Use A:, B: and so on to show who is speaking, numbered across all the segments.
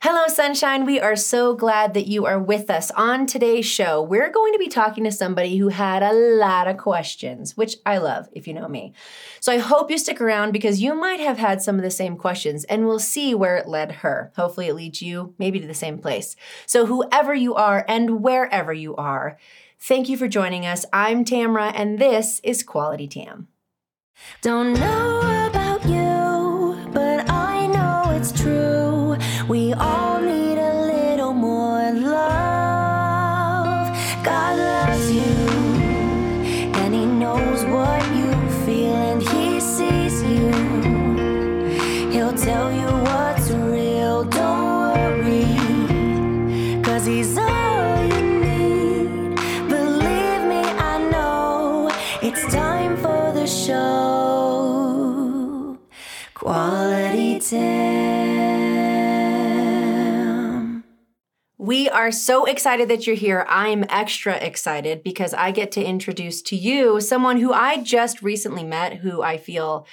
A: Hello, Sunshine. We are so glad that you are with us. On today's show, we're going to be talking to somebody who had a lot of questions, which I love if you know me. So I hope you stick around because you might have had some of the same questions and we'll see where it led her. Hopefully, it leads you maybe to the same place. So, whoever you are and wherever you are, thank you for joining us. I'm Tamra, and this is Quality Tam. Don't know about you, but I know it's true. We all need a little more love. God loves you, and He knows what you feel, and He sees you. He'll tell you what's real. Don't worry. Cause he's all you need. Believe me, I know it's time for the show. Quality Tim. We are so excited that you're here. I'm extra excited because I get to introduce to you someone who I just recently met, who I feel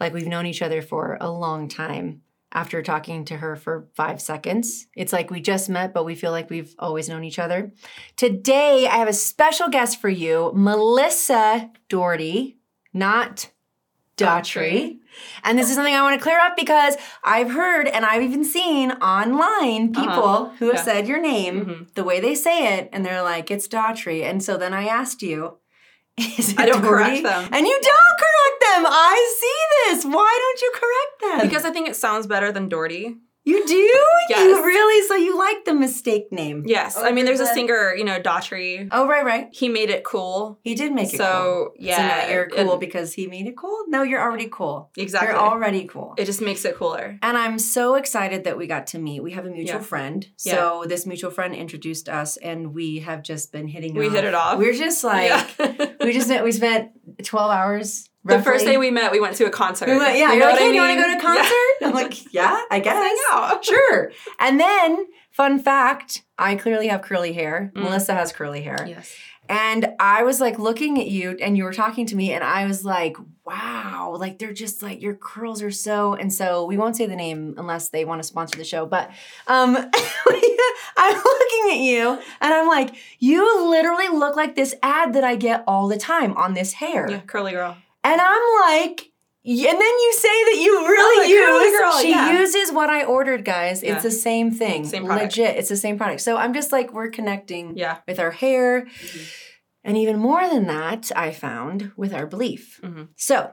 A: like we've known each other for a long time after talking to her for five seconds. It's like we just met, but we feel like we've always known each other. Today, I have a special guest for you, Melissa Doherty, not Daughtry. And this is something I want to clear up because I've heard and I've even seen online people
B: Uh-huh.
A: who have
B: Yeah.
A: said your name
B: Mhm.
A: the way they say it, and they're like, it's Daughtry. And so then I asked you, is it
B: I don't
A: Doherty?
B: correct them.
A: And you don't correct them. I see this. Why don't you correct them?
B: Because I think it sounds better than Doherty.
A: You do? You
B: Yes.
A: really? So you like the mistake name?
B: Yes. I mean, there's a singer, you know, Daughtry.
A: Oh, right, right.
B: He made it cool.
A: He did make it cool. So
B: so, yeah.
A: now you're cool
B: and-
A: because he made it cool? No, you're already cool.
B: exactly.
A: You're already cool.
B: it just makes it cooler.
A: and I'm so excited that we got to meet. We have a mutual
B: Yeah.
A: friend. So this mutual friend introduced us and we have just been hitting
B: We hit it off.
A: We're just like,
B: Yeah.
A: we just we spent 12 hours.
B: the first
A: roughly.
B: day we met, we went to a concert.
A: we went, yeah,
B: You
A: you
B: know
A: are like,
B: what
A: hey,
B: I
A: do you want to go
B: mean?
A: to a concert? I'm like, yeah, I
B: Yeah.
A: guess.
B: Hang out.
A: sure. And then, fun fact, I clearly have curly hair.
B: Mm.
A: Melissa has curly hair.
B: Yes.
A: And I was like looking at you and you were talking to me and I was like, wow, like they're just like your curls are so and so we won't say the name unless they want to sponsor the show, but um I'm looking at you and I'm like, you literally look like this ad that I get all the time on this hair.
B: Yeah, curly girl.
A: And I'm like, y- and then you say that you
B: I'm
A: really
B: like, "Curly
A: use.
B: girl,"
A: she
B: yeah.
A: uses what I ordered, guys.
B: Yeah.
A: It's the same thing.
B: Same product.
A: Legit. It's the same product. So I'm just like, we're connecting
B: Yeah.
A: with our hair.
B: Mhm.
A: And even more than that, I found with our belief.
B: Mhm.
A: So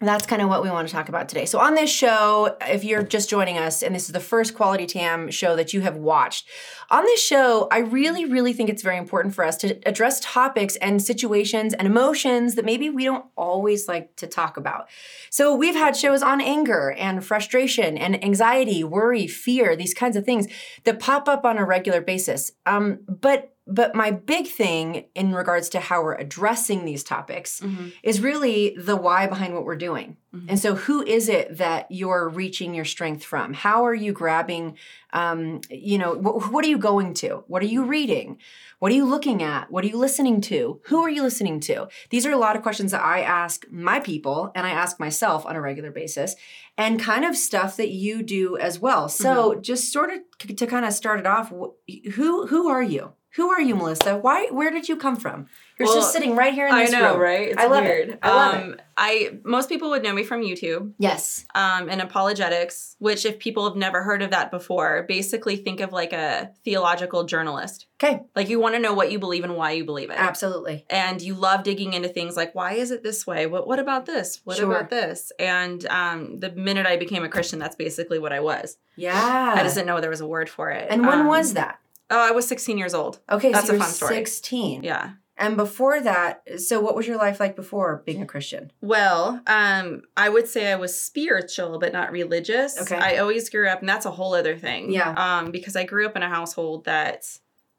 A: that's kind of what we want to talk about today. So, on this show, if you're just joining us, and this is the first Quality TAM show that you have watched, on this show, I really, really think it's very important for us to address topics and situations and emotions that maybe we don't always like to talk about. So, we've had shows on anger and frustration and anxiety, worry, fear, these kinds of things that pop up on a regular basis. Um, but but my big thing in regards to how we're addressing these topics
B: Mhm.
A: is really the why behind what we're doing.
B: Mhm.
A: And so, who is it that you're reaching your strength from? How are you grabbing? Um, you know, wh- what are you going to? What are you reading? What are you looking at? What are you listening to? Who are you listening to? These are a lot of questions that I ask my people and I ask myself on a regular basis, and kind of stuff that you do as well. So,
B: Mm-hmm.
A: just sort of c- to kind of start it off, wh- who who are you? Who are you, Melissa? Why? Where did you come from? You're
B: Well,
A: just sitting right here in
B: I
A: this
B: know,
A: room.
B: right? It's
A: I love it.
B: weird.
A: I love
B: um, I most people would know me from YouTube.
A: Yes.
B: um, and apologetics, which, if people have never heard of that before, basically think of like a theological journalist.
A: Okay.
B: Like you want to know what you believe and why you believe it.
A: Absolutely.
B: And you love digging into things like why is it this way? What what about this? What
A: Sure.
B: about this? And um, the minute I became a Christian, that's basically what I was.
A: Yeah.
B: I just didn't know there was a word for it.
A: and when
B: Um,
A: was that?
B: Oh, I was 16 years old.
A: Okay,
B: that's
A: so
B: a
A: you're
B: fun story.
A: 16.
B: Yeah.
A: And before that, so what was your life like before being a Christian?
B: Well, um, I would say I was spiritual, but not religious.
A: Okay.
B: I always grew up, and that's a whole other thing.
A: Yeah.
B: Um, because I grew up in a household that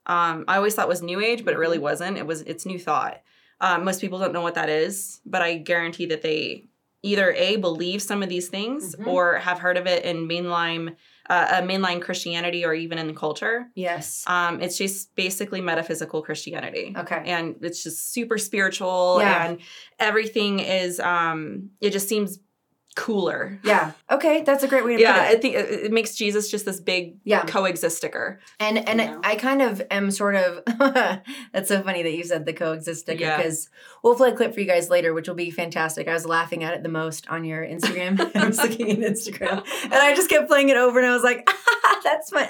B: um, I always thought was New Age, but it
A: Mm-hmm.
B: really wasn't. It was it's New Thought. Um, most people don't know what that is, but I guarantee that they either a believe some of these things
A: Mhm.
B: or have heard of it in mainline uh, uh, mainline Christianity or even in the culture.
A: Yes.
B: Um, it's just basically metaphysical Christianity
A: Okay.
B: and it's just super spiritual
A: Yeah.
B: and everything is um it just seems cooler.
A: Yeah. Okay, that's a great way to
B: Yeah,
A: put uh, it.
B: I think it, it makes Jesus just this big
A: Yeah.
B: coexist sticker.
A: And and
B: You know?
A: I kind of am sort of that's so funny that you said the coexist sticker
B: Yeah.
A: because we'll play a clip for you guys later, which will be fantastic. I was laughing at it the most on your Instagram. I was looking at Instagram and I just kept playing it over and I was like, "Ah, that's my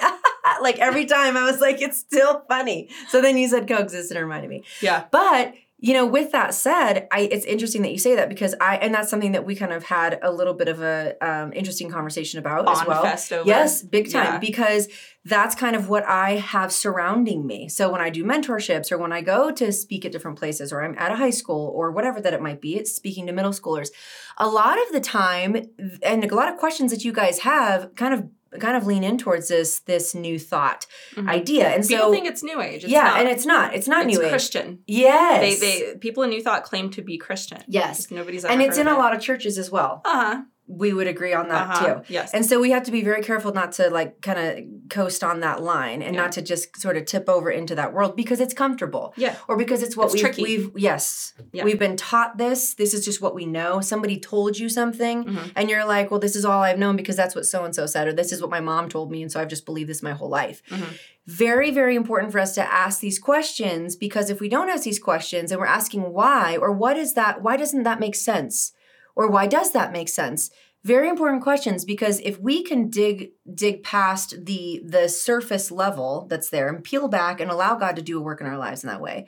A: like every time I was like, it's still funny. So then you said coexist and it reminded me.
B: Yeah.
A: But you know, with that said, I it's interesting that you say that because I and that's something that we kind of had a little bit of a um, interesting conversation about as
B: On
A: well.
B: fest over.
A: Yes, big time
B: Yeah.
A: because that's kind of what I have surrounding me. So when I do mentorships or when I go to speak at different places or I'm at a high school or whatever that it might be, it's speaking to middle schoolers. A lot of the time and a lot of questions that you guys have kind of kind of lean in towards this this new thought
B: Mhm.
A: idea. And
B: People
A: so
B: think it's New Age. It's
A: yeah,
B: not.
A: and it's not. It's not
B: It's
A: new age.
B: Christian.
A: Yes.
B: They, they people in New Thought claim to be Christian.
A: Yes.
B: Just nobody's ever
A: and it's in a lot of churches as well.
B: Uh huh.
A: We would agree on that
B: uh-huh.
A: too.
B: Yes.
A: And so we have to be very careful not to like kind of coast on that line and
B: Yeah.
A: not to just sort of tip over into that world because it's comfortable
B: yeah.
A: or because it's what
B: It's
A: we've,
B: tricky.
A: we've yes
B: Yeah.
A: we've been taught this this is just what we know somebody told you something
B: Mhm.
A: and you're like well this is all i've known because that's what so and so said or this is what my mom told me and so i've just believed this my whole life
B: Mhm.
A: very very important for us to ask these questions because if we don't ask these questions and we're asking why or what is that why doesn't that make sense or why does that make sense very important questions because if we can dig dig past the the surface level that's there and peel back and allow god to do a work in our lives in that way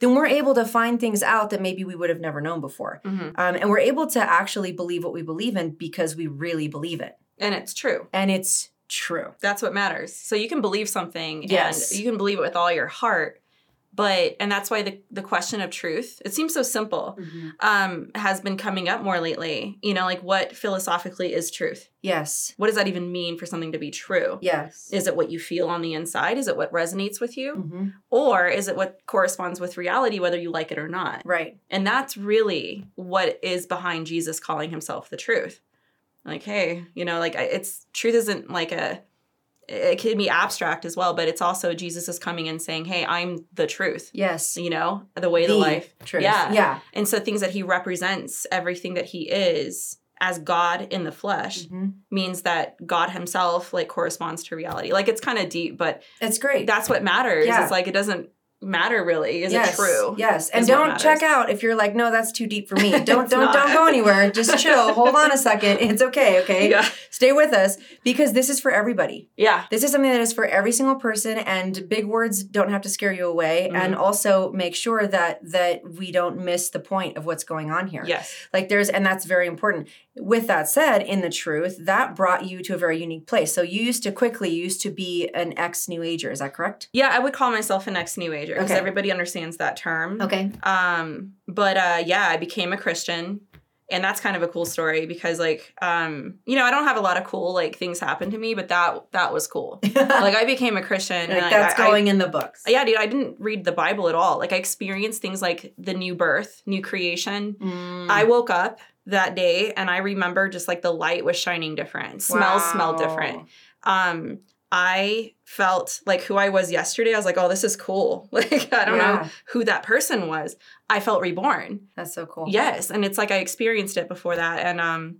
A: then we're able to find things out that maybe we would have never known before
B: Mhm.
A: um, and we're able to actually believe what we believe in because we really believe it
B: And it's true.
A: and it's true
B: That's what matters. So you can believe something
A: Yes.
B: and you can believe it with all your heart. But and that's why the, the question of truth, it seems so simple, um, has been coming up more lately. You know, like what philosophically is truth?
A: yes
B: What does that even mean for something to be true?
A: yes
B: Is it what you feel on the inside? Is it what resonates with you?
A: hmm
B: Or is it what corresponds with reality, whether you like it or not?
A: right
B: And that's really what is behind Jesus calling himself the truth. Like, hey, you know, like I- it's truth isn't like a, it can be abstract as well, but it's also Jesus is coming and saying, hey, I'm the truth,
A: yes
B: you know, the way, the,
A: The
B: life.
A: truth
B: Yeah.
A: yeah
B: And so things that he represents, everything that he is as God in the flesh,
A: Mhm.
B: means that God himself like corresponds to reality. Like it's kind of deep, but
A: It's great.
B: that's what matters.
A: Yeah.
B: It's like it doesn't matter really. Is
A: yes.
B: it true?
A: Yes. And
B: is what
A: don't check
B: matters.
A: out if you're like, no, that's too deep for me. Don't don't
B: It's not.
A: don't go anywhere. Just chill. Hold on a second. It's okay, okay?
B: Yeah.
A: Stay with us because this is for everybody.
B: Yeah.
A: This is something that is for every single person and big words don't have to scare you away
B: Mhm.
A: and also make sure that that we don't miss the point of what's going on here.
B: Yes.
A: Like there's, and that's very important. With that said, in the truth, that brought you to a very unique place. So you used to quickly, you used to be an ex New Ager. Is that correct?
B: Yeah, I would call myself an ex New Ager because
A: Okay.
B: everybody understands that term.
A: Okay.
B: Um, but uh, yeah, I became a Christian, and that's kind of a cool story because, like, um, you know, I don't have a lot of cool like things happen to me, but that that was cool. like, I became a Christian.
A: Like,
B: and I-
A: that's
B: I- I-
A: going in the books.
B: yeah, dude, I didn't read the Bible at all. Like, I experienced things like the new birth, new creation.
A: Mm.
B: I woke up that day and I remember just like the light was shining different, smells smelled different. um i felt like who i was yesterday i was like oh this is cool like i don't know
A: Yeah.
B: who that person was i felt reborn
A: That's so cool.
B: yes and it's like i experienced it before that and um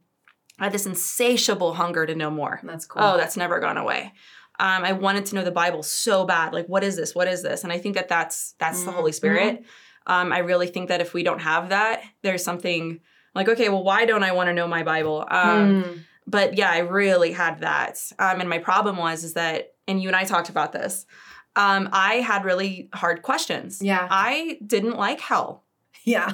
B: i had this insatiable hunger to know more
A: That's cool.
B: oh that's never gone away um, I wanted to know the Bible so bad. Like, what is this? What is this? And I think that that's that's the Holy
A: Mhm.
B: Spirit. Um, I really think that if we don't have that, there's something like, okay, well, why don't I want to know my Bible? Um,
A: Mm.
B: but yeah, I really had that. Um, and my problem was is that, and you and I talked about this. Um, I had really hard questions.
A: Yeah.
B: I didn't like hell.
A: Yeah.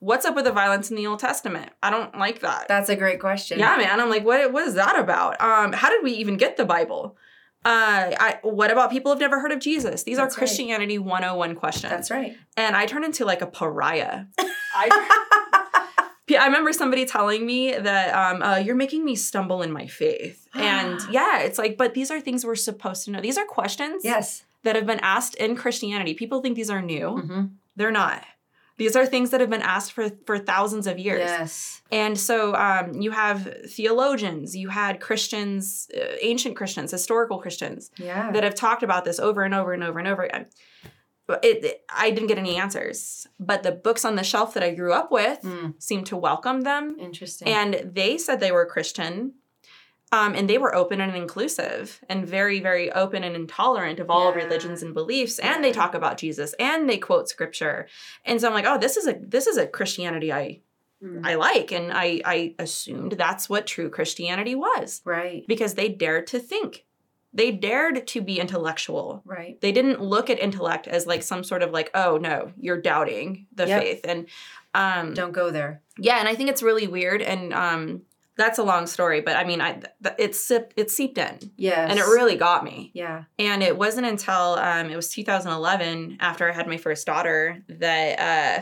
B: What's up with the violence in the Old Testament? I don't like that.
A: That's a great question.
B: yeah, man. I'm like, what? What is that about? Um, how did we even get the Bible? Uh, I, what about people who've never heard of Jesus? These
A: That's right.
B: are Christianity 101 questions.
A: That's right.
B: And I turned into like a pariah. I, Yeah, I remember somebody telling me that um, uh, you're making me stumble in my faith. And yeah, it's like, but these are things we're supposed to know. These are questions
A: Yes.
B: that have been asked in Christianity. People think these are new,
A: Mm-hmm.
B: they're not. These are things that have been asked for, for thousands of years.
A: Yes.
B: And so um, you have theologians, you had Christians, uh, ancient Christians, historical Christians
A: Yeah.
B: that have talked about this over and over and over and over again. it, it- I didn't get any answers, but the books on the shelf that I grew up with
A: Mm.
B: seemed to welcome them,
A: Hmm. Interesting.
B: and they said they were Christian, um, and they were open and inclusive, and very, very open and intolerant of all
A: Yeah.
B: religions and beliefs, and
A: Yeah.
B: they talk about Jesus, and they quote scripture, and so I'm like, oh, this is a this is a Christianity I
A: Mm.
B: I like, and I I assumed that's what true Christianity was
A: right.
B: because they dared to think, they dared to be intellectual,
A: Right.
B: they didn't look at intellect as like some sort of like oh no you're doubting the
A: Yep.
B: faith and um
A: Don't go there.
B: yeah and i think it's really weird and um that's a long story but i mean i th- it sipped it seeped in
A: Yes.
B: and it really got me
A: Yeah.
B: and it wasn't until um, it was 2011 after i had my first daughter that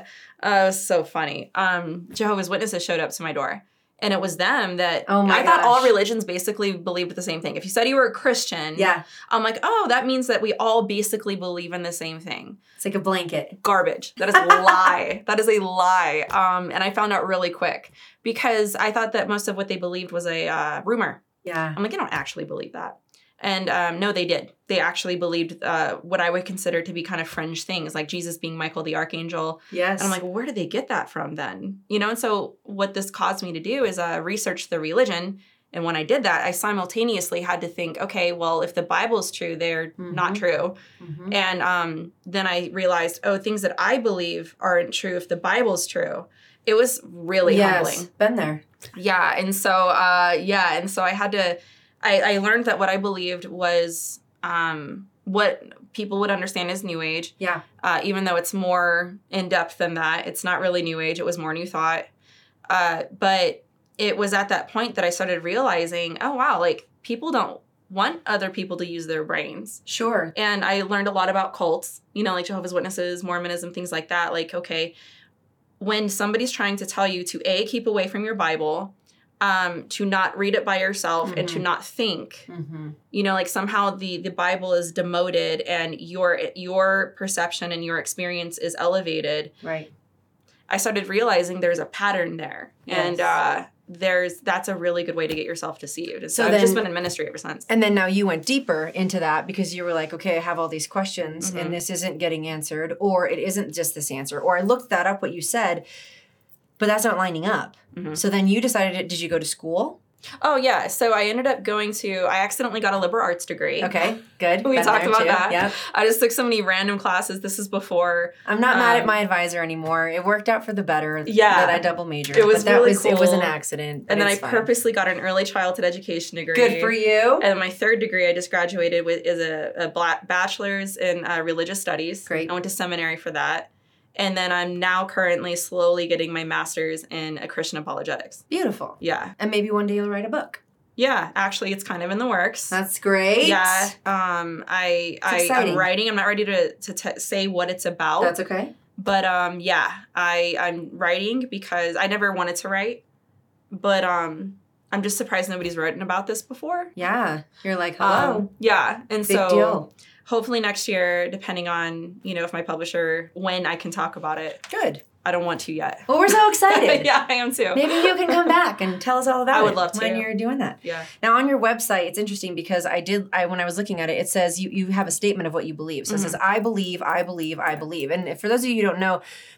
B: uh, uh it was so funny um jehovah's witnesses showed up to my door and it was them that
A: Oh my
B: I thought all
A: gosh.
B: religions basically believed the same thing. If you said you were a Christian,
A: Yeah.
B: I'm like, oh, that means that we all basically believe in the same thing.
A: It's like a blanket.
B: Garbage. That is a lie. That is a lie. Um, and I found out really quick because I thought that most of what they believed was a uh, rumor.
A: Yeah.
B: I'm like, I don't actually believe that. And um, no, they did. They actually believed uh, what I would consider to be kind of fringe things, like Jesus being Michael the Archangel.
A: Yes.
B: And I'm like, well, where did they get that from then? You know, and so what this caused me to do is uh, research the religion. And when I did that, I simultaneously had to think, okay, well, if the Bible's true, they're not
A: Mhm.
B: true.
A: Mhm.
B: And um, then I realized, oh, things that I believe aren't true if the Bible's true. It was really
A: yes.
B: humbling.
A: Been there.
B: Yeah. And so, uh, yeah. And so I had to, I, I learned that what I believed was um, what people would understand as New Age,
A: Yeah.
B: uh, even though it's more in depth than that. It's not really New Age, it was more New Thought. Uh, but it was at that point that I started realizing, oh, wow, like people don't want other people to use their brains
A: Sure.
B: and I learned a lot about cults, you know, like Jehovah's Witnesses, Mormonism, things like that. Like, okay, when somebody's trying to tell you to a keep away from your Bible, um, to not read it by yourself, and to
A: Mhm.
B: not think,
A: Mm-hmm.
B: you know, like somehow the the Bible is demoted and your your perception and your experience is elevated.
A: Right.
B: I started realizing there's a pattern there, and
A: Yes.
B: uh, there's that's a really good way to get yourself deceived. And so,
A: So
B: I've just
A: then-
B: been in ministry ever since.
A: And then now you went deeper into that because you were like, okay, I have all these questions
B: Mhm.
A: and this isn't getting answered, or it isn't just this answer, or I looked that up, what you said, but that's not lining up.
B: Mhm.
A: So then you decided, did you go to school?
B: Oh yeah, so I ended up going to I accidentally got a liberal arts degree.
A: Okay, good.
B: We talked
A: there
B: about that.
A: Yep.
B: I just took so many random classes. This is before
A: I'm not mad at
B: Um,
A: my advisor anymore. It worked out for the better
B: Yeah.
A: that I double majored.
B: It was
A: but that
B: really
A: was it was an
B: cool.
A: accident.
B: and
A: but
B: then I
A: it's fine.
B: purposely got an early childhood education degree.
A: Good for you.
B: And my third degree I just graduated with is a, a bla- bachelor's in uh, religious studies.
A: Great.
B: I went to seminary for that. And then I'm now currently slowly getting my master's in uh, Christian apologetics.
A: Beautiful.
B: Yeah.
A: And maybe one day you'll write a book.
B: Yeah. Actually, it's kind of in the works.
A: That's great.
B: yeah. Um, I, I,
A: exciting.
B: I'm writing. I'm not ready to, to t- say what it's about.
A: That's okay.
B: but um yeah i i'm writing because i never wanted to write but um i'm just surprised nobody's written about this before
A: Yeah. You're like, hello.
B: um, yeah and
A: Big
B: so
A: deal.
B: hopefully next year depending on you know if my publisher when i can talk about it
A: Good.
B: i don't want to yet
A: Well, we're so excited.
B: yeah i am too
A: Maybe you can come back and tell us all about
B: I would
A: it
B: love to.
A: when you're doing that.
B: yeah
A: Now on your website, it's interesting because I did I when I was looking at it, it says you you have a statement of what you believe. So it
B: Mm-hmm.
A: says I believe, I believe, I believe. And if- for those of you who don't know,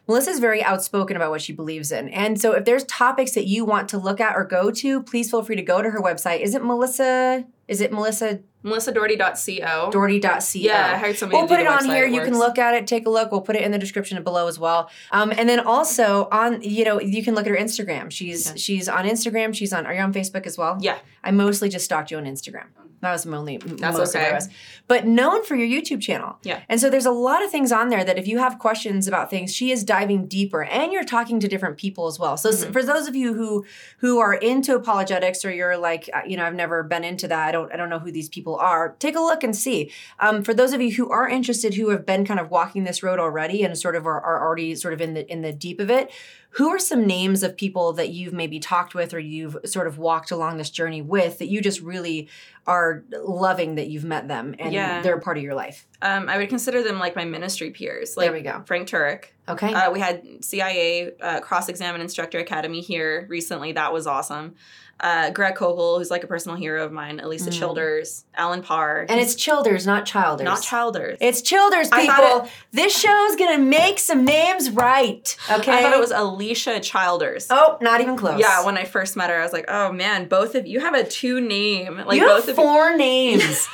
A: Melissa's very outspoken about what she believes in. And so if there's topics that you want to look at or go to, please feel free to go to her website. Is it Melissa? Is it melissadoherty.co?
B: melissadoherty.co yeah i heard somebody
A: We'll
B: to
A: put
B: do
A: it
B: the
A: on
B: website.
A: here.
B: It
A: You can
B: works.
A: look at it, take a look. We'll put it in the description below as well. Um, and then also on, you know, you can look at her Instagram. She's
B: Yeah.
A: she's on Instagram. She's on. Are you on Facebook as well?
B: Yeah.
A: I mostly just stalked you on Instagram. That was my only.
B: That's
A: most of
B: okay.
A: what it was. But known for your YouTube channel.
B: Yeah.
A: And so there's a lot of things on there that if you have questions about things, she is diving deeper, and you're talking to different people as well. So s-
B: Mhm.
A: for those of you who who are into apologetics or you're like uh, you know i've never been into that i don't i don't know who these people are take a look and see um, for those of you who are interested who have been kind of walking this road already and sort of are, are already sort of in the in the deep of it who are some names of people that you've maybe talked with or you've sort of walked along this journey with that you just really are loving that you've met them and
B: Yeah.
A: they're a part of your life.
B: Um, I would consider them like my ministry peers,
A: there we
B: like
A: go.
B: Frank Turek.
A: Okay.
B: Uh, we had CIA uh, Cross Examine Instructor Academy here recently. That was awesome. Uh, Greg Kogel, who's like a personal hero of mine, Elisa
A: Mm.
B: Childers, Alan Parr.
A: and it's Childers, not Childers.
B: not Childers.
A: It's Childers,
B: I thought
A: people. this show's gonna make some names right. Okay.
B: I thought it was Alicia Childers.
A: Oh, not even close.
B: Yeah, when I first met her, I was like, "Oh man, both of you have a two name, like
A: you have
B: both of you."
A: four names.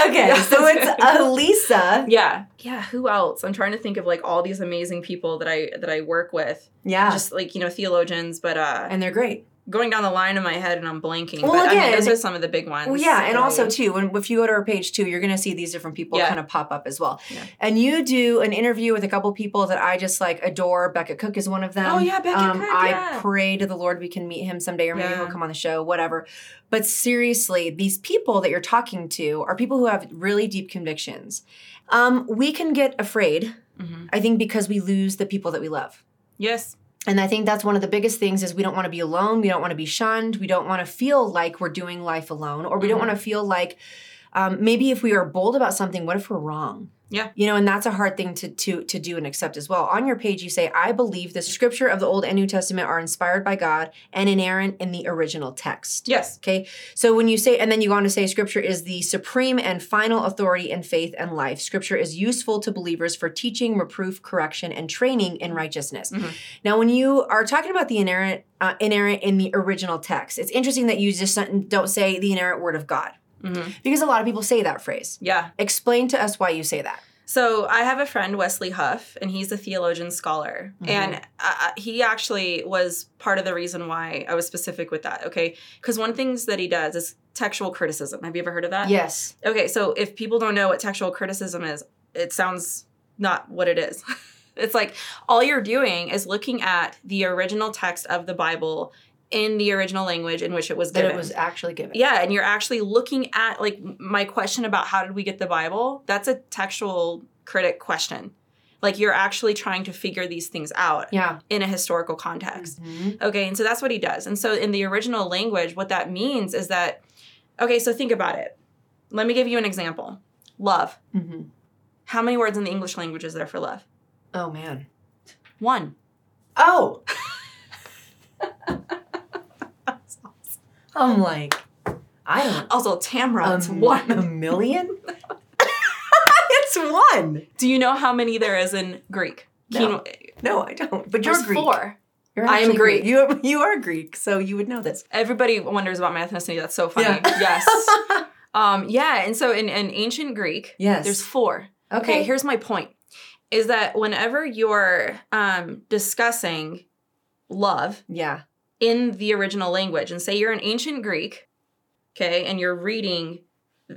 A: okay,
B: Yeah,
A: so
B: that's
A: it's
B: right.
A: Elisa.
B: Yeah, yeah. Who else? I'm trying to think of like all these amazing people that I that I work with,
A: Yeah,
B: just like you know theologians. But uh,
A: and they're great.
B: going down the line in my head, and I'm blanking.
A: Well,
B: but I
A: again-
B: mean, those are some of the big ones.
A: Well, yeah, and
B: that I-
A: also too, when if you go to our page too, you're going to see these different people
B: Yeah.
A: kind of pop up as well.
B: Yeah.
A: And you do an interview with a couple people that I just like adore. Becca Cook is one of them.
B: Oh yeah, Becky
A: um,
B: Cook.
A: I
B: yeah.
A: pray to the Lord we can meet him someday, or maybe
B: Yeah.
A: he'll come on the show, whatever. But seriously, these people that you're talking to are people who have really deep convictions. Um, we can get afraid,
B: Mhm.
A: I think, because we lose the people that we love.
B: Yes.
A: And I think that's one of the biggest things is we don't want to be alone, we don't want to be shunned, we don't want to feel like we're doing life alone, or we don't
B: Mhm.
A: want to feel like um, maybe if we are bold about something, what if we're wrong?
B: Yeah.
A: You know, and that's a hard thing to to to do and accept as well. On your page, you say, "I believe the Scripture of the Old and New Testament are inspired by God and inerrant in the original text."
B: Yes.
A: Okay. So when you say, and then you go on to say, Scripture is the supreme and final authority in faith and life. Scripture is useful to believers for teaching, reproof, correction, and training in righteousness.
B: Mhm.
A: Now, when you are talking about the inerrant, uh, inerrant in the original text, it's interesting that you just don't say the inerrant word of God
B: Mhm.
A: because a lot of people say that phrase.
B: Yeah.
A: Explain to us why you say that.
B: So I have a friend, Wesley Huff, and he's a theologian scholar.
A: Mhm.
B: And uh, he actually was part of the reason why I was specific with that, okay? Because one of the things that he does is textual criticism. Have you ever heard of that?
A: Yes.
B: Okay, so if people don't know what textual criticism is, it sounds not what it is. it's like all you're doing is looking at the original text of the Bible in the original language in which it was
A: That
B: given.
A: it was actually given.
B: Yeah, and you're actually looking at like my question about how did we get the Bible? That's a textual critic question. Like you're actually trying to figure these things out
A: Yeah.
B: in a historical context.
A: Mhm.
B: Okay, and so that's what he does. And so in the original language, what that means is that okay, so think about it. Let me give you an example. Love.
A: Mhm.
B: How many words in the English language is there for love?
A: Oh, man.
B: One.
A: Oh. I'm like, I don't
B: Also, Tamra, it's
A: Um,
B: one.
A: A million? it's one.
B: Do you know how many there is in Greek?
A: No.
B: Quinoa-
A: No, I don't. But you're
B: There's
A: Greek.
B: four.
A: You're
B: I am
A: actually
B: Greek.
A: You are, you are Greek, so you would know this.
B: Everybody wonders about my ethnicity. That's so funny.
A: Yeah.
B: Yes. um, yeah. And so in, in ancient Greek,
A: Yes.
B: there's four. Okay.
A: okay.
B: Here's my point is that whenever you're um, discussing love
A: yeah.
B: in the original language, and say you're in ancient Greek, okay, and you're reading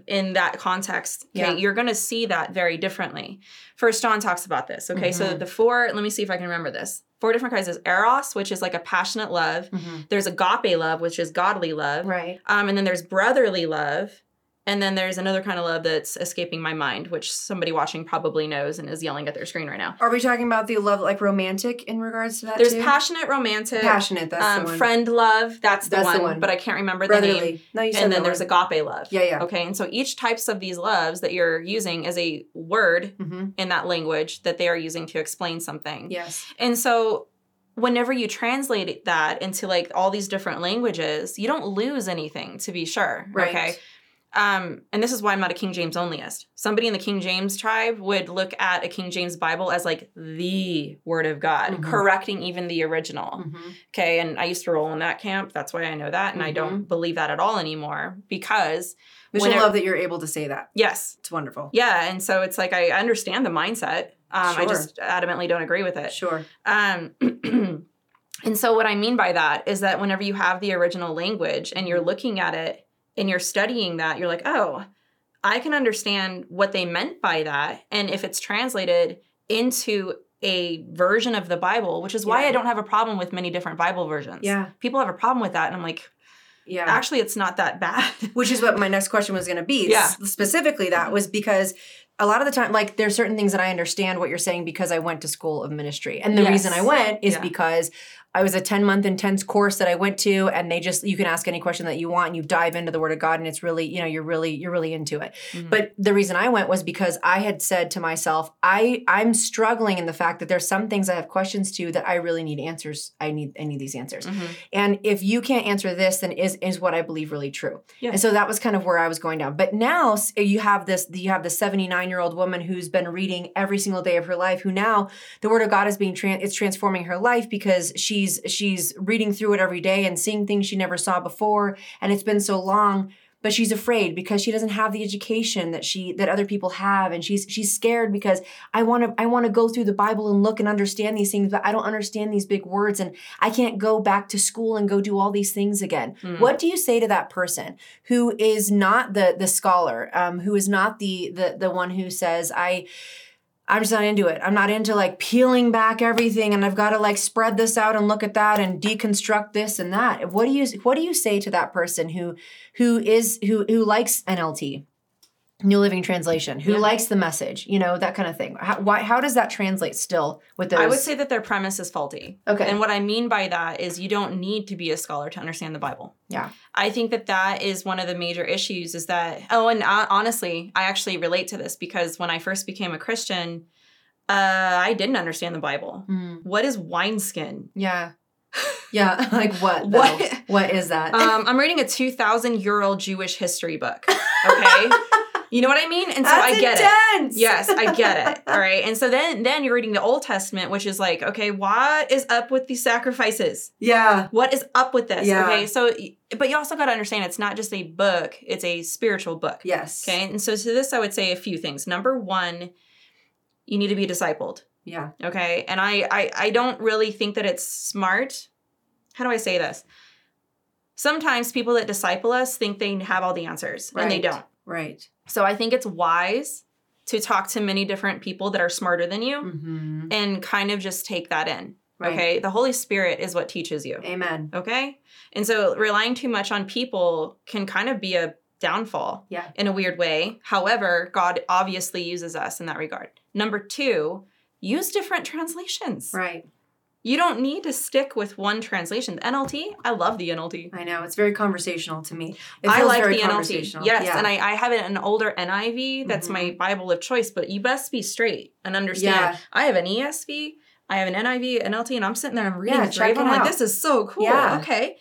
B: in that context, okay,
A: Yeah.
B: you're going to see that very differently. First John talks about this, okay? So
A: Mhm.
B: the four, let me see if I can remember this. Four different kinds is eros, which is like a passionate love. There's agape love, which is godly love.
A: Right.
B: Um, and then there's brotherly love. And then there's another kind of love that's escaping my mind, which somebody watching probably knows and is yelling at their screen right now.
A: Are we talking about the love, like romantic, in regards to that?
B: There's
A: too?
B: passionate, romantic,
A: Passionate. That's the
B: um,
A: one.
B: friend love. That's, the,
A: That's
B: one,
A: the one.
B: but I can't remember the name.
A: Brotherly. No, you said
B: And then
A: that
B: there's
A: one.
B: agape love.
A: Yeah, yeah.
B: Okay. And so each types of these loves that you're using is a word
A: Mm-hmm.
B: in that language that they are using to explain something.
A: Yes.
B: And so whenever you translate it- that into like all these different languages, you don't lose anything to be sure.
A: Right.
B: Okay. Um, and this is why I'm not a King James onlyist. Somebody in the King James tribe would look at a King James Bible as like the word of God,
A: Mhm.
B: correcting even the original.
A: Mhm.
B: Okay. And I used to roll in that camp. That's why I know that. And I
A: Mm-hmm.
B: don't believe that at all anymore because,
A: But
B: When
A: you
B: it-
A: love that you're able to say that.
B: yes.
A: It's wonderful.
B: Yeah. And so it's like I understand the mindset. Um, I
A: Sure.
B: just adamantly don't agree with it.
A: Sure.
B: Um, and so, what I mean by that is that whenever you have the original language and you're looking at it and you're studying that, you're like, oh, I can understand what they meant by that. And if it's translated into a version of the Bible, which is why
A: Yeah.
B: I don't have a problem with many different Bible versions.
A: Yeah.
B: People have a problem with that. And I'm like,
A: Yeah.
B: actually, it's not that bad.
A: which is what my next question was going to be
B: Yeah.
A: S- specifically that was because a lot of the time, like there's certain things that I understand what you're saying because I went to school of ministry. And the
B: Yes.
A: reason I went is
B: Yeah.
A: because I was a 10 month intense course that I went to and they just you can ask any question that you want and you dive into the word of God and it's really, you know, you're really you're really into it.
B: Mhm.
A: But the reason I went was because I had said to myself, I I'm struggling in the fact that there's some things I have questions to that I really need answers. I need I need these answers.
B: Mhm.
A: And if you can't answer this, then is is what I believe really true.
B: Yeah.
A: And so that was kind of where I was going down. But now s- you have this you have the 79 year old woman who's been reading every single day of her life. Who now the Word of God is being tran it's transforming her life because she's she's reading through it every day and seeing things she never saw before. And it's been so long. But she's afraid because she doesn't have the education that she that other people have, and she's she's scared because I want to I want to go through the Bible and look and understand these things, but I don't understand these big words, and I can't go back to school and go do all these things again.
B: Mm.
A: What do you say to that person who is not the the scholar, um, who is not the the the one who says I I'm just not into it. I'm not into like peeling back everything and I've got to like spread this out and look at that and deconstruct this and that. What do you what do you say to that person who who is who who likes NLT? New Living Translation. Who
B: Yeah.
A: likes the message? You know that kind of thing. How, why, how does that translate still with those?
B: I would say that their premise is faulty.
A: okay.
B: And what I mean by that is you don't need to be a scholar to understand the Bible.
A: Yeah.
B: I think that that is one of the major issues is that, oh, and uh, honestly, I actually relate to this because when I first became a Christian, uh, I didn't understand the Bible.
A: Mm,
B: What is wineskin?
A: yeah. Yeah. like what? Though?
B: What?
A: What is that?
B: Um, I'm reading a 2,000 year old Jewish history book. Okay. you know what I mean? And so I get it.
A: intense.
B: Yes, I get it. All right. And so then then you're reading the Old Testament, which is like, okay, what is up with these sacrifices?
A: Yeah.
B: What is up with this?
A: Yeah.
B: Okay. So but you also got to understand it's not just a book, it's a spiritual book.
A: Yes.
B: Okay. And so to this I would say a few things. Number 1, you need to be discipled,
A: Yeah.
B: okay? And I I I don't really think that it's smart. How do I say this? Sometimes people that disciple us think they have all the answers and they
A: Right.
B: don't.
A: Right.
B: So I think it's wise to talk to many different people that are smarter than you
A: Mm-hmm.
B: and kind of just take that in.
A: Right.
B: Okay. The Holy Spirit is what teaches you.
A: Amen.
B: Okay. And so relying too much on people can kind of be a downfall
A: Yeah.
B: in a weird way. However, God obviously uses us in that regard. Number two, use different translations.
A: Right.
B: You don't need to stick with one translation. The NLT, I love the NLT.
A: I know. It's very conversational to me. It
B: I
A: feels
B: like
A: very
B: the NLT.
A: conversational.
B: Yes,
A: Yeah.
B: and I, I have an older NIV. That's
A: Mhm.
B: my Bible of choice. But you best be straight and understand.
A: Yeah.
B: I have an ESV. I have an NIV, NLT, and I'm sitting there. I'm reading
A: Yeah,
B: yeah,
A: check
B: Drake. I'm
A: it
B: like,
A: out.
B: this is so cool.
A: Yeah.
B: Okay.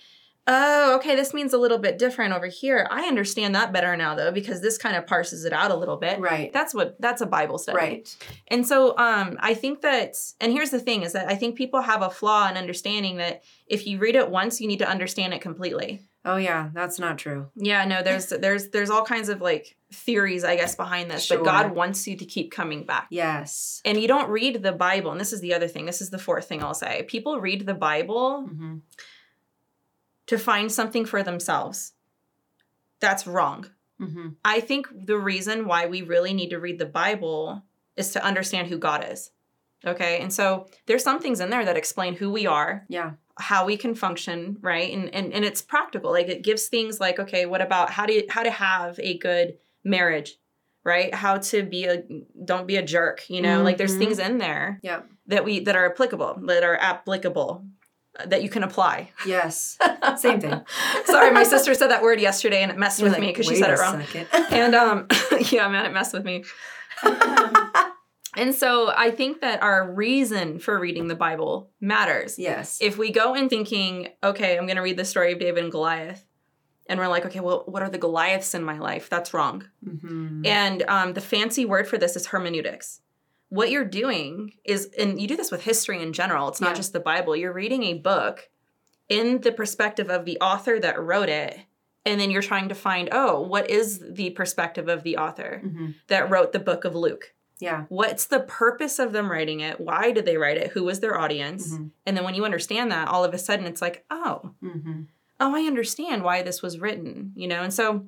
B: Oh, okay. This means a little bit different over here. I understand that better now though, because this kind of parses it out a little bit.
A: right.
B: That's what that's a Bible study.
A: Right.
B: And so um, I think that, and here's the thing is that I think people have a flaw in understanding that if you read it once, you need to understand it completely.
A: Oh yeah, that's not true.
B: Yeah, no, there's there's there's all kinds of like theories, I guess, behind this,
A: Sure.
B: but God wants you to keep coming back.
A: Yes.
B: And you don't read the Bible, and this is the other thing. This is the fourth thing I'll say. People read the Bible
A: Mm-hmm.
B: to find something for themselves. That's wrong.
A: Mm-hmm.
B: I think the reason why we really need to read the Bible is to understand who God is. Okay? And so there's some things in there that explain who we are,
A: Yeah.
B: how we can function right and, and and it's practical like it gives things like okay what about how do you how to have a good marriage right how to be a don't be a jerk you know like there's
A: Mhm.
B: things in there
A: Yep.
B: that we that are applicable that are applicable uh, that you can apply
A: Yes. Same thing.
B: sorry my sister said that word yesterday and it messed
A: You're
B: with
A: like,
B: me because she
A: "Wait
B: said
A: a
B: it wrong
A: second.
B: and um yeah man it messed with me and so i think that our reason for reading the bible matters
A: yes.
B: if we go in thinking, okay, I'm going to read the story of David and Goliath, and we're like, okay, well, what are the Goliaths in my life? That's wrong.
A: mm-hmm.
B: And um, the fancy word for this is hermeneutics. What you're doing is, and you do this with history in general, it's not
A: Yeah.
B: just the Bible, you're reading a book in the perspective of the author that wrote it. And then you're trying to find, oh, what is the perspective of the author
A: hmm
B: that wrote the book of Luke?
A: Yeah.
B: What's the purpose of them writing it? Why did they write it? Who was their audience?
C: Mm-hmm.
A: Mhm.
B: And then when you understand that, all of a sudden it's like, oh,
A: Mm-hmm.
B: oh, I understand why this was written, you know? And so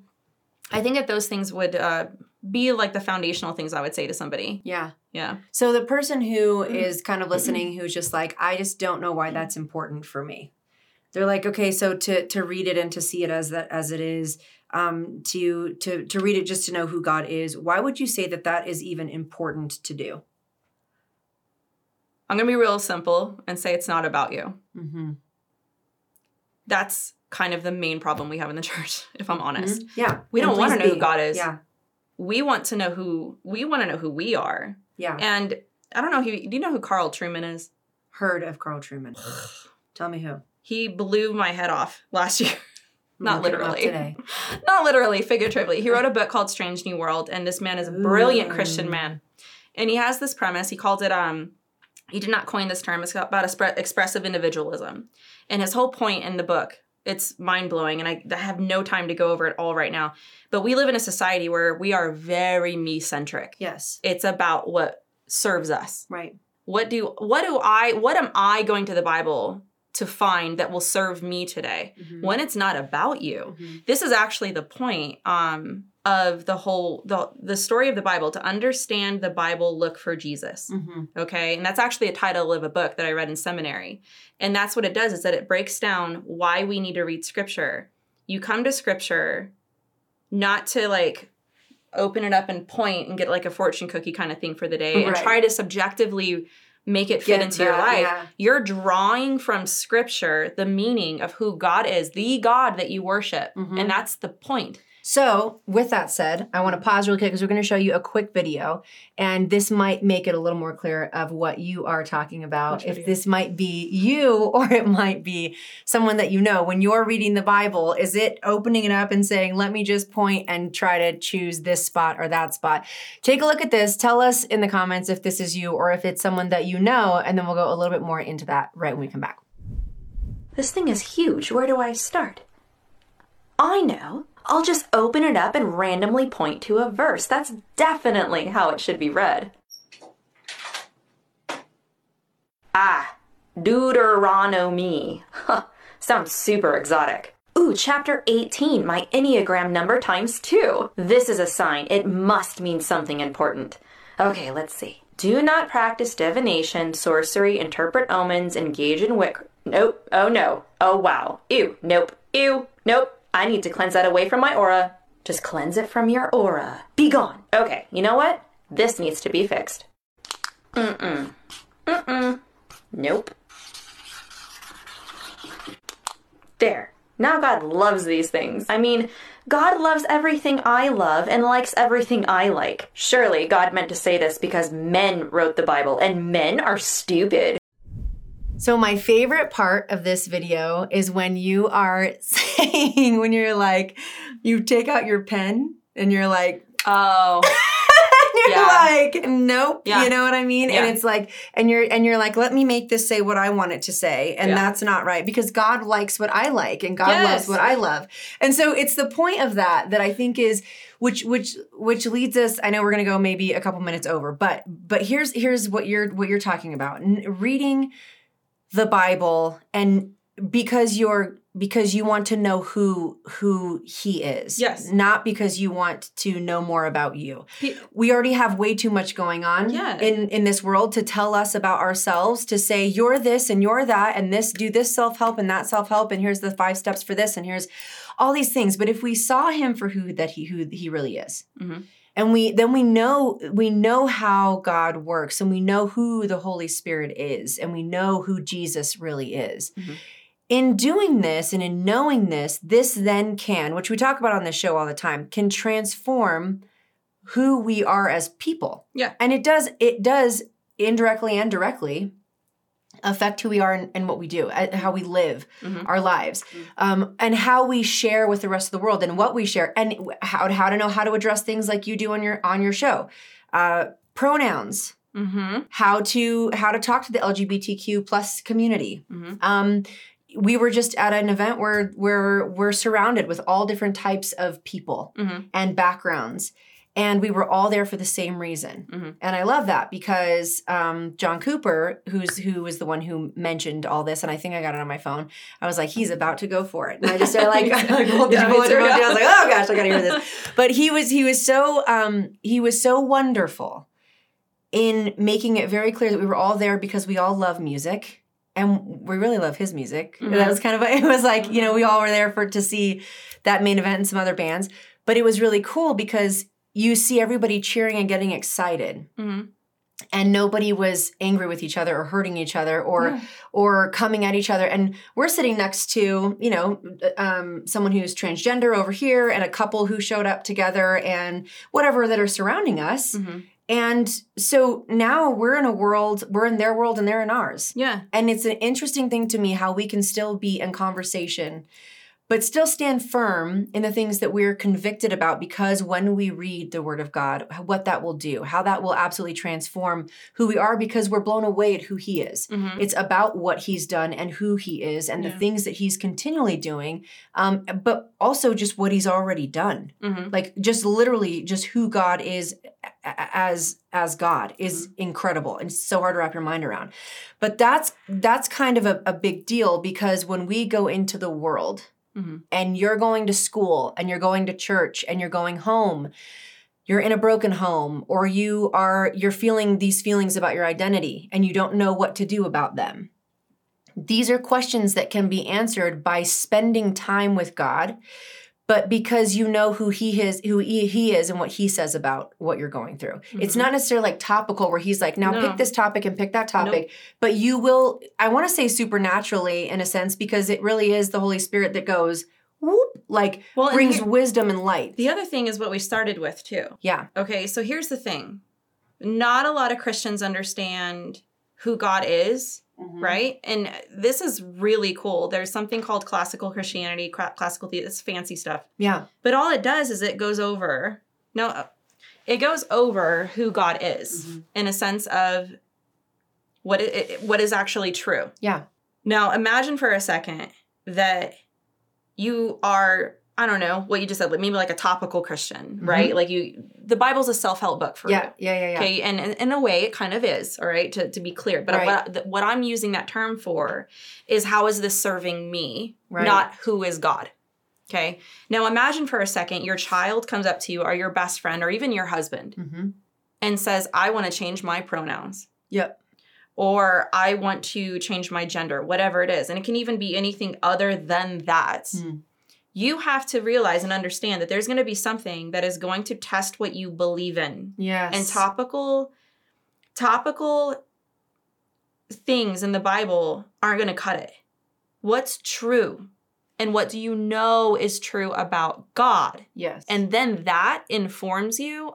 B: I think that those things would uh, be like the foundational things I would say to somebody.
A: Yeah.
B: Yeah.
A: So the person who
C: Mm-hmm.
A: is kind of listening who's just like, I just don't know why that's important for me. They're like, okay, so to to read it and to see it as that as it is,
C: um, to to to read it just to know who God is. Why would you say that that is even important to do?
B: I'm going to be real simple and say it's not about you.
C: Mm-hmm.
B: That's kind of the main problem we have in the church, if I'm honest.
C: Yeah,
B: We
C: Mm-hmm. And
B: don't want to
C: please
B: know who
C: be.
B: God is.
C: Yeah,
B: We want to know who we want to know who we are.
C: yeah.
B: And I don't know who do you know who Carl Truman is?
C: Heard of Carl Truman? Tell me who.
B: He blew my head off last year. Not
C: Look him up
B: literally.
C: today.
B: Not literally, figuratively. He wrote a book called Strange New World, and this man is a brilliant
C: Ooh.
B: Christian man. And he has this premise. He called it um he did not coin this term. It's about expre- expressive individualism. And his whole point in the book, it's mind blowing, and I, I have no time to go over it all right now. But we live in a society where we are very me centric.
C: Yes.
B: It's about what serves us
C: Right.
B: what do what do i what am i going to the bible to find that will serve me today
C: Mhm.
B: when it's not about you
C: Mhm.
B: this is actually the point um of the whole the, the story of the bible to understand the bible look for jesus
C: Mhm.
B: okay and that's actually a title of a book that i read in seminary and that's what it does is that it breaks down why we need to read scripture you come to scripture not to like open it up and point and get like a fortune cookie kind of thing for the day and
C: Right.
B: try to subjectively make it fit
C: Get
B: into your
C: that,
B: life
C: yeah.
B: you're drawing from scripture the meaning of who god is the god that you worship
D: Mm-hmm.
C: Mhm.
B: and that's the point
A: So, with that said, I want to pause really quick because we're going to show you a quick video, and this might make it a little more clear of what you are talking about.
B: Which
A: If
B: video?
A: this might be you or it might be someone that you know, when you're reading the Bible, is it opening it up and saying, let me just point and try to choose this spot or that spot? Take a look at this. Tell us in the comments if this is you or if it's someone that you know, and then we'll go a little bit more into that right when we come back.
D: This thing is huge. Where do I start? I know. I'll just open it up and randomly point to a verse. That's definitely how it should be read. Ah, Deuteronomy. Huh, sounds super exotic. Ooh, chapter 18, my Enneagram number times 2. This is a sign. It must mean something important. Okay, let's see. Do not practice divination, sorcery, interpret omens, engage in wic. Nope. Oh no. Oh wow. Ew. Nope. Ew. Nope. I need to cleanse that away from my aura. Just cleanse it from your aura. Be gone. Okay, you know what? This needs to be fixed. Mm-mm. Mm-mm. Nope. There. Now God loves these things. I mean, God loves everything I love and likes everything I like. Surely God meant to say this because men wrote the Bible and men are stupid.
A: So my favorite part of this video is when you are saying when you're like you take out your pen and you're like
B: oh
A: you're
B: Yeah.
A: like nope
B: Yeah.
A: you know what I mean
B: Yeah.
A: and it's like and you're and you're like let me make this say what I want it to say and
B: Yeah.
A: that's not right because God likes what I like and God
B: Yes.
A: loves what I love and so it's the point of that that I think is which which which leads us I know we're going to go maybe a couple minutes over but but here's here's what you're what you're talking about N- reading the Bible and because you're because you want to know who who he is.
B: Yes.
A: Not because you want to know more about you.
B: Pe-
A: We already have way too much going on
B: Yeah.
A: in in this world to tell us about ourselves to say you're this and you're that and this do this self-help and that self-help and here's the five steps for this and here's all these things but if we saw him for who that he who he really is
B: Mhm.
A: and we then we know we know how god works and we know who the holy spirit is and we know who jesus really is
B: Mhm.
A: in doing this and in knowing this this then can which we talk about on this show all the time can transform who we are as people
B: Yeah.
A: and it does it does indirectly and directly affect who we are and, and what we do uh, how we live
B: Mhm.
A: our lives um, and how we share with the rest of the world and what we share and w- how, how to know how to address things like you do on your on your show uh, pronouns
B: mm-hmm
A: how to how to talk to the lgbtq plus community
B: Mhm.
A: um, we were just at an event where where we're surrounded with all different types of people
B: Mhm.
A: and backgrounds and we were all there for the same reason
B: Mhm.
A: and i love that because um, john cooper who's who was the one who mentioned all this and i think i got it on my phone i was like he's about to go for it and i just started like, like well, did
B: Yeah,
A: you
B: me
A: go into
B: too,
A: it?
B: yeah.
A: i was like oh gosh i gotta hear this but he was he was so um he was so wonderful in making it very clear that we were all there because we all love music and we really love his music
B: Mhm.
A: that was kind of it was like you know we all were there for to see that main event and some other bands. But it was really cool because you see everybody cheering and getting excited.
B: Mhm.
A: And nobody was angry with each other or hurting each other or
B: No.
A: or coming at each other. And we're sitting next to, you know, um, someone who's transgender over here and a couple who showed up together and whatever that are surrounding us.
B: Mhm.
A: And so now we're in a world, we're in their world and they're in ours.
B: Yeah.
A: And it's an interesting thing to me how we can still be in conversation, but still stand firm in the things that we're convicted about because when we read the Word of God, what that will do, how that will absolutely transform who we are because we're blown away at who He is.
D: Mm-hmm.
B: Mhm.
A: It's about what He's done and who He is and the
B: Yeah.
A: things that He's continually doing, um, but also just what He's already done
B: Mhm.
A: like just literally just who god is a- a- as as god is incredible and it's so hard to wrap your mind around but that's that's kind of a, a big deal because when we go into the world
B: Mhm.
A: and you're going to school and you're going to church and you're going home you're in a broken home or you are you're feeling these feelings about your identity and you don't know what to do about them these are questions that can be answered by spending time with god but because you know who he is who he he is and what he says about what you're going through it's
B: Mhm.
A: not necessarily like topical where he's like now
B: No.
A: pick this topic and pick that topic but you will i want to say supernaturally in a sense because it really is the holy spirit that goes whoop like
B: Well, and
A: brings
B: here-
A: wisdom and light
B: the other thing is what we started with too.
A: yeah
B: Okay, so here's the thing. Not a lot of Christians understand who God is,
A: Mm-hmm.
B: right? And this is really cool. There's something called classical Christianity, cra- classical theology, it's fancy stuff.
A: yeah
B: But all it does is it goes over, no, uh, it goes over who God is in a sense of what it, it- what is actually true.
A: Yeah.
B: Now imagine for a second that you are I don't know what you just said, like maybe like a topical Christian,
A: Mhm.
B: right? Like you, the Bible's a self help book for
A: yeah
B: you.
A: yeah yeah yeah
B: Okay, and, and in a way, it kind of is, all right, to, to be clear. But
A: Right.
B: what, I- what I'm using that term for is how is this serving me,
A: Right.
B: not who is God. Okay, now imagine for a second your child comes up to you, or your best friend, or even your husband,
A: hmm
B: and says, I want to change my pronouns,
A: yep
B: or I want to change my gender, whatever it is. And it can even be anything other than that.
A: Hmm.
B: You have to realize and understand that there's going to be something that is going to test what you believe in
A: yes
B: and topical topical things in the bible aren't going to cut it what's true and what do you know is true about god
A: yes
B: and then that informs you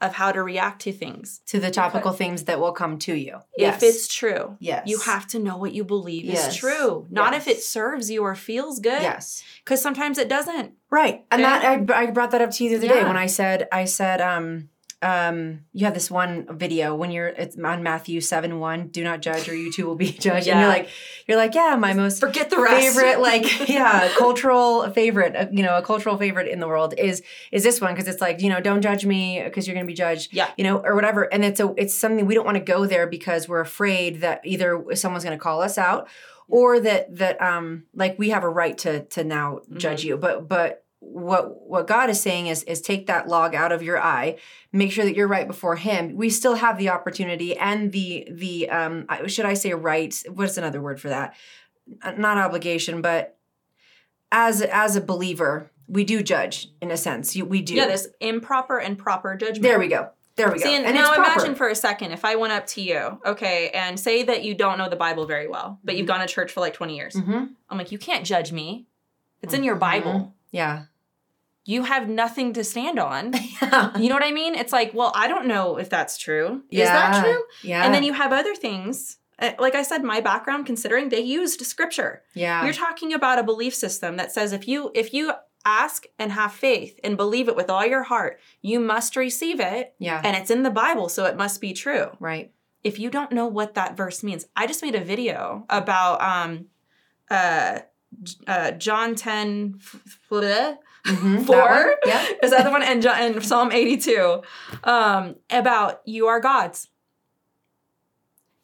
B: of how to react to things
A: to the topical themes that will come to you yes
B: if it's true
A: yes
B: you have to know what you believe
A: Yes.
B: is true not if it
A: Yes.
B: serves you or feels good
A: yes
B: because sometimes it doesn't
A: Right. And
B: Okay.
A: that I, I brought that up to you the other day
B: Yeah.
A: when I said I said um um you have this one video when you're it's on Matthew 7 1, do not judge or you too will be judged. And
B: Yeah.
A: you're like you're like, yeah, my most
B: forget the rest
A: favorite like yeah cultural favorite uh, you know a cultural favorite in the world is is this one because it's like you know don't judge me because you're gonna be judged
B: Yeah.
A: you know or whatever and it's a it's something we don't want to go there because we're afraid that either someone's gonna call us out or that that um like we have a right to to now
B: Mm-hmm.
A: judge you but but what what God is saying is is take that log out of your eye make sure that you're right before him we still have the opportunity and the the um I- should i say right what's another word for that Uh, not obligation but as as a believer we do judge in a sense You- we do
B: yeah this improper and proper judgment
A: there we go there we go
B: See, and,
A: and
B: now
A: it's proper.
B: imagine for a second if I went up to you, okay, and say that you don't know the Bible very well, but
A: Mm-hmm.
B: you've gone to church for like 20 years.
A: Mhm.
B: I'm like, you can't judge me. It's in your
A: Mm-hmm.
B: Bible.
A: yeah
B: You have nothing to stand on. You know what I mean? It's like, well, I don't know if that's true. Is
A: Yeah.
B: that true?
A: yeah
B: And then you have other things. Uh, Like I said, my background, considering they used scripture.
A: yeah
B: You're talking about a belief system that says if you if you ask and have faith and believe it with all your heart, you must receive it.
A: yeah
B: And it's in the Bible, so it must be true
A: right
B: if you don't know what that verse means, I just made a video about um uh, J- uh John 10 f- bleh,
A: Mhm. That
B: 4
A: one? yeah
B: is that the one and, John, and Psalm 82 um about you are gods.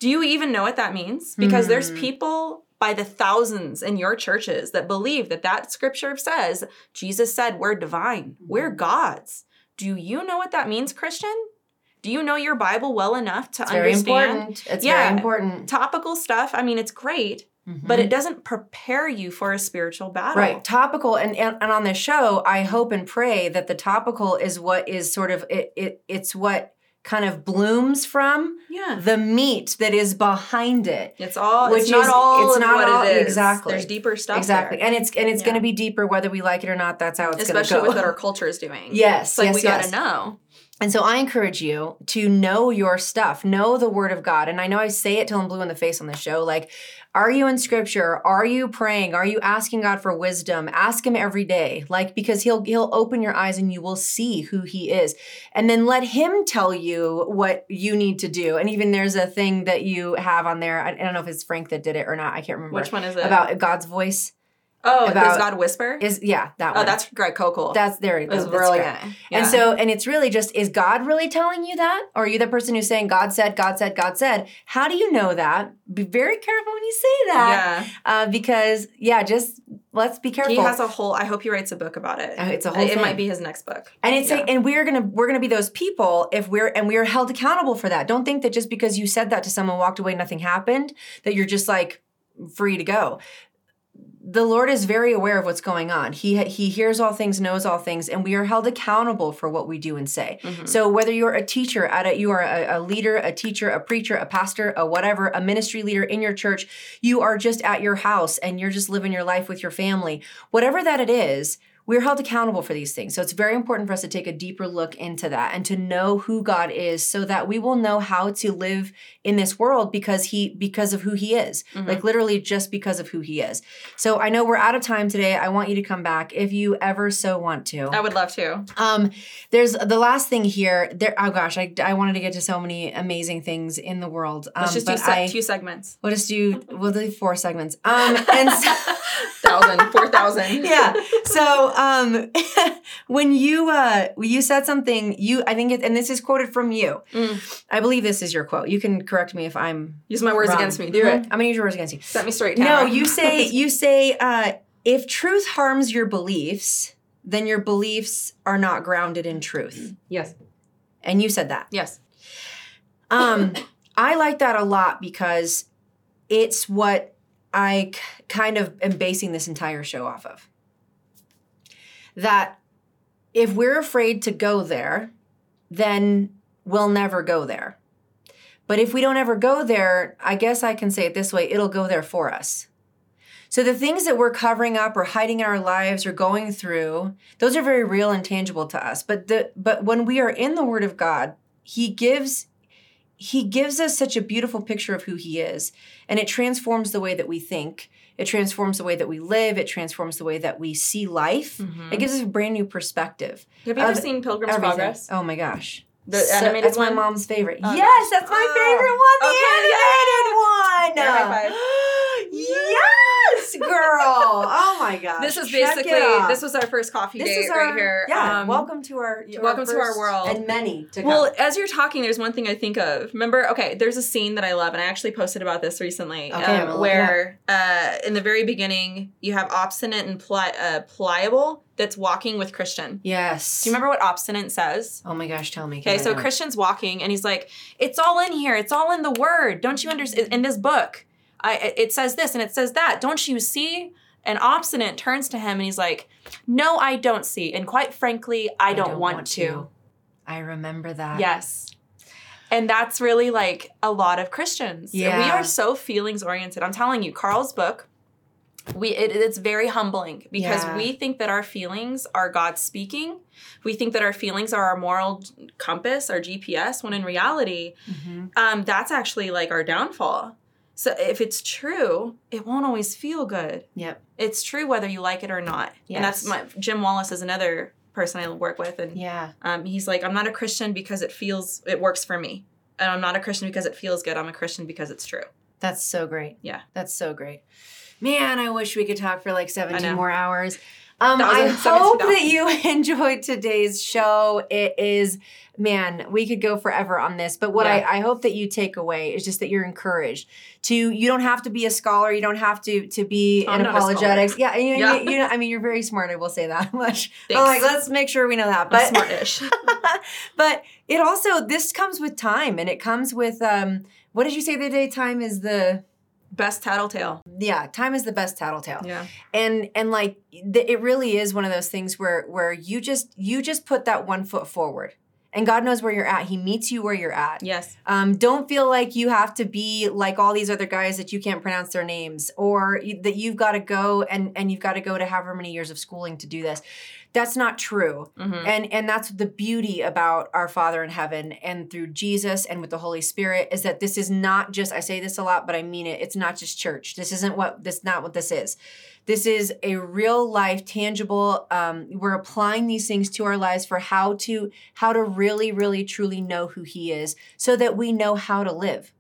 B: Do you even know what that means? Because there's
A: Hmm.
B: people by the thousands in your churches that believe that that scripture says Jesus said we're divine, we're
A: Hmm.
B: gods. Do you know what that means, Christian? Do you know your Bible well enough to
A: it's very
B: understand?
A: important it's
B: Yeah.
A: very important Mm-hmm.
B: topical stuff. I mean, it's great, but it doesn't prepare you for a spiritual battle.
A: Right, topical, and, and and on this show, I hope and pray that the topical is what is sort of it. it it's what kind of blooms from
B: Yeah.
A: the meat that is behind it.
B: It's all.
A: Which
B: it's not
A: is-
B: all.
A: it's
B: of
A: not
B: what
A: all-
B: it is.
A: exactly.
B: There's deeper stuff.
A: exactly,
B: there.
A: and it's and it's
B: Yeah.
A: going to be deeper whether we like it or not. That's how it's going to
B: especially
A: go.
B: with what our culture is doing.
A: Yes,
B: It's like
A: yes,
B: we gotta
A: yes.
B: know.
A: And so I encourage you to know your stuff, know the word of God. And I know I say it till I'm blue in the face on the show. Like, are you in scripture? Are you praying? Are you asking God for wisdom? Ask him every day. Like, because he'll he'll open your eyes and you will see who he is. And then let him tell you what you need to do. And even there's a thing that you have on there. I, I don't know if it's Frank that did it or not. I can't remember.
B: Which one is it?
A: About God's voice.
B: oh,
A: about-
B: does God whisper?
A: Is yeah, that
B: oh,
A: one.
B: that's Greg Kochel.
A: that's there it
B: That's
A: goes. That's
B: brilliant.
A: correct.
B: Yeah.
A: And so, and it's really just, is God really telling you that? Or are you the person who's saying, God said, God said, God said? How do you know that? Be very careful when you say that.
B: yeah,
A: Uh, because, yeah, just let's be careful.
B: he has a whole. I hope he writes a book about it.
A: Uh, it's a
B: Uh,
A: whole
B: It
A: thing.
B: might be his next book.
A: and it's
B: yeah.
A: like, and we're gonna we're gonna be those people if we're and we are held accountable for that. Don't think that just because you said that to someone, walked away, nothing happened, that you're just like free to go. The Lord is very aware of what's going on. He he hears all things, knows all things, and we are held accountable for what we do and say.
B: Mhm.
A: So whether you're a teacher at a you are a, a leader, a teacher, a preacher, a pastor, a whatever, a ministry leader in your church, you are just at your house and you're just living your life with your family, whatever that it is, we're held accountable for these things. So it's very important for us to take a deeper look into that and to know who God is so that we will know how to live in this world because he because of who he is.
B: Mhm.
A: Like literally just because of who he is. So I know we're out of time today. I want you to come back if you ever so want to.
B: I would love to.
A: Um, there's the last thing here. There, oh gosh, I, I wanted to get to so many amazing things in the world. Um,
B: Let's just do
A: but
B: se-
A: I-
B: two segments.
A: We'll just do. We'll do four segments. Um, and so,
B: Thousand, four thousand.
A: yeah. So, um, when you uh, you said something, you I think, it, and this is quoted from you.
B: Mm.
A: I believe this is your quote. You can correct me if I'm
B: Use my words
A: wrong.
B: against me. Do it.
A: I'm gonna use your words against you.
B: Set me straight.
A: No,
B: Tamara.
A: you say you say uh, if truth harms your beliefs, then your beliefs are not grounded in
B: Mm.
A: truth.
C: Yes.
A: And you said that.
B: Yes.
A: Um, I like that a lot because it's what I k- kind of am basing this entire show off of. That if we're afraid to go there, then we'll never go there. But if we don't ever go there, I guess I can say it this way it'll go there for us. So the things that we're covering up or hiding in our lives or going through, those are very real and tangible to us. But the but when we are in the word of God, he gives he gives us such a beautiful picture of who he is and it transforms the way that we think it transforms the way that we live it transforms the way that we see life
B: Mhm.
A: it gives us a brand new perspective
B: Have you ever
A: Of
B: seen Pilgrim's
A: Everything.
B: Progress?
A: oh my gosh
B: The
A: So-
B: animated
A: that's
B: one?
A: my mom's favorite
B: Oh,
A: yes
B: gosh.
A: that's my
B: Oh.
A: favorite one
B: Air high
A: animated one yes girl oh my gosh
B: This is
A: Check it
B: basically
A: out.
B: this was our first coffee
A: This
B: date
A: is our,
B: right here.
A: yeah
B: Um,
A: welcome to our to
B: welcome to our
A: first
B: world.
A: and many to come.
B: Well, as you're talking, there's one thing I think of. Remember, okay, there's a scene that I love, and I actually posted about this recently, um,
A: Okay, I'm gonna look
B: where uh, in the very beginning you have obstinate and pli- uh, pliable that's walking with Christian.
A: yes
B: Do you remember what obstinate says?
A: oh my gosh tell me 'cause
B: Okay,
A: I
B: so
A: don't.
B: Christian's walking, and he's like, "It's all in here. It's all in the Word. Don't you understand? In this book, I, it says this and it says that. Don't you see?" And obstinate turns to him, and he's like, "No, I don't see. And quite frankly, I, don't, want, to.
A: I remember that.
B: Yes. And that's really like a lot of Christians. We
A: Yeah.
B: are so feelings oriented. I'm telling you, Carl's book, we it, it's very humbling because
A: Yeah.
B: we think that our feelings are God speaking. We think that our feelings are our moral compass, our GPS, when in reality,
A: Mhm.
B: um, that's actually like our downfall. So if it's true, it won't always feel good.
A: Yep.
B: It's true whether you like it or not. And that's my
A: Yes.
B: Jim Wallace is another person I work with and
A: Yeah.
B: um, he's like, I'm not a Christian because it feels it works for me, and I'm not a Christian because it feels good. I'm a Christian because it's true.
A: That's so great.
B: Yeah.
A: That's so great. Man, I wish we could talk for like 17
B: know.
A: more hours. Um, I
B: Thousand, seventeen
A: hope that
B: thousand.
A: you enjoyed today's show. It is, man, we could go forever on this, but what
B: Yeah.
A: I, I hope that you take away is just that you're encouraged to. You don't have to be a scholar. You don't have to to be
B: I'm
A: an
B: not a scholar.
A: apologetics. Yeah, you,
B: Yeah.
A: You, you know, I mean, you're very smart. I will say that much. But
B: Thanks.
A: like, let's make sure we know that.
B: I'm
A: Oh But
B: smartish.
A: but it also this comes with time and it comes with um what did you say the day time is the
B: best tattletale.
A: yeah time is the best tattletale
B: Yeah.
A: and and like th- it really is one of those things where where you just you just put that one foot forward and god knows where you're at he meets you where you're at
B: Yes.
A: um, don't feel like you have to be like all these other guys that you can't pronounce their names or you- that you've got to go and and you've got to go to however many years of schooling to do this that's not true
B: hmm
A: and and that's the beauty about our father in heaven and through jesus and with the holy spirit is that this is not just i say this a lot but i mean it it's not just church this isn't what this not what this is this is a real life tangible um, we're applying these things to our lives for how to how to really really truly know who he is so that we know how to live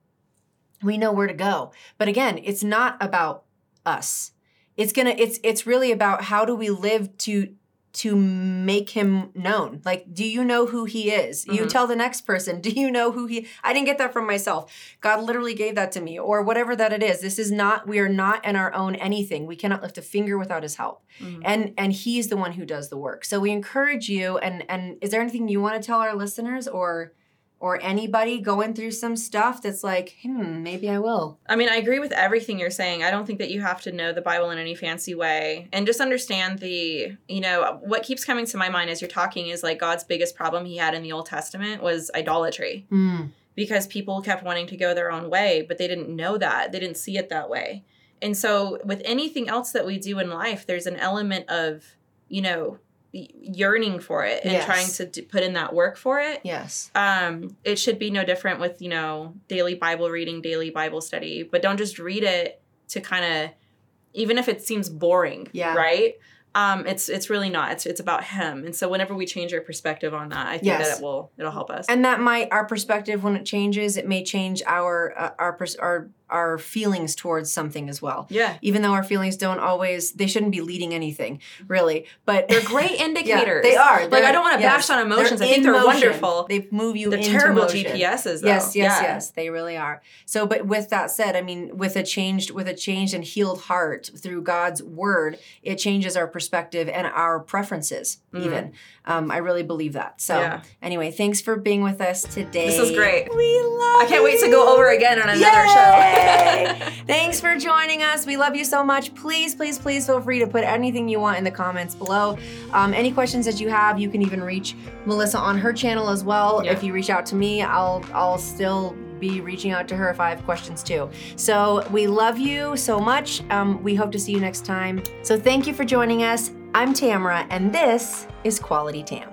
A: we know where to go but again it's not about us it's gonna it's it's really about how do we live to to make him known like do you know who he is you
B: Mhm.
A: tell the next person do you know who he i didn't get that from myself god literally gave that to me or whatever that it is this is not we are not in our own anything we cannot lift a finger without his help
B: Mm-hmm.
A: and and he's the one who does the work so we encourage you and and is there anything you want to tell our listeners or or anybody going through some stuff that's like hmm maybe i will
B: I mean, I agree with everything you're saying. I don't think that you have to know the Bible in any fancy way. And just understand the, you know, what keeps coming to my mind as you're talking is like God's biggest problem he had in the Old Testament was idolatry because people kept wanting to go their own way, but they didn't know that. They didn't see it that way. And so, with anything else that we do in life, there's an element of, you know, y- yearning for it and
A: Yes.
B: trying to d- put in that work for it
A: yes
B: um it should be no different with you know daily bible reading daily bible study but don't just read it to kind of even if it seems boring
A: Yeah.
B: right um it's it's really not it's it's about him and so whenever we change our perspective on that i think
A: Yes.
B: that it will it'll help us
A: and that might our perspective when it changes it may change our uh, our pers- our our feelings towards something as well
B: yeah
A: even though our feelings don't always they shouldn't be leading anything really but
B: Mm-hmm. they're great
A: yeah,
B: indicators
A: they are
B: like i
A: They're-
B: don't want to
A: yes,
B: bash on emotions i
A: in
B: think they're
A: motion.
B: wonderful
A: they move you
B: they're
A: into
B: terrible
A: motion.
B: gps's though
A: Yes, yes,
B: Yeah.
A: yes. They really are. So, but with that said, I mean, with a changed, with a changed and healed heart through God's word, it changes our perspective and our preferences.
B: Mhm.
A: Even, um, I really believe that. So,
B: Yeah.
A: anyway, thanks for being with us today.
B: this is great
A: We love.
B: i can't wait to go over again on another show
A: Yay! Thanks for joining us. We love you so much. Please, please, please feel free to put anything you want in the comments below. Um, any questions that you have, you can even reach Melissa on her channel as well.
B: Yeah.
A: If you reach out to me, I'll I'll still be reaching out to her if I have questions too. So we love you so much. Um, we hope to see you next time. So thank you for joining us. I'm Tamara, and this is Quality Tam.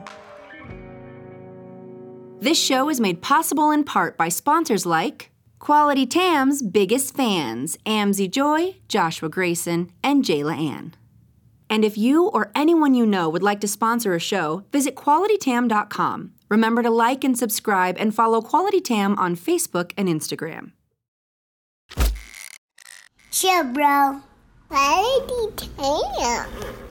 A: This show is made possible in part by sponsors like Quality Tam's biggest fans, Amzie Joy, Joshua Grayson, and Jayla Ann. And if you or anyone you know would like to sponsor a show, visit qualitytam.com. Remember to like and subscribe and follow Quality Tam on Facebook and Instagram.
E: Chill, bro. Why did he tell him?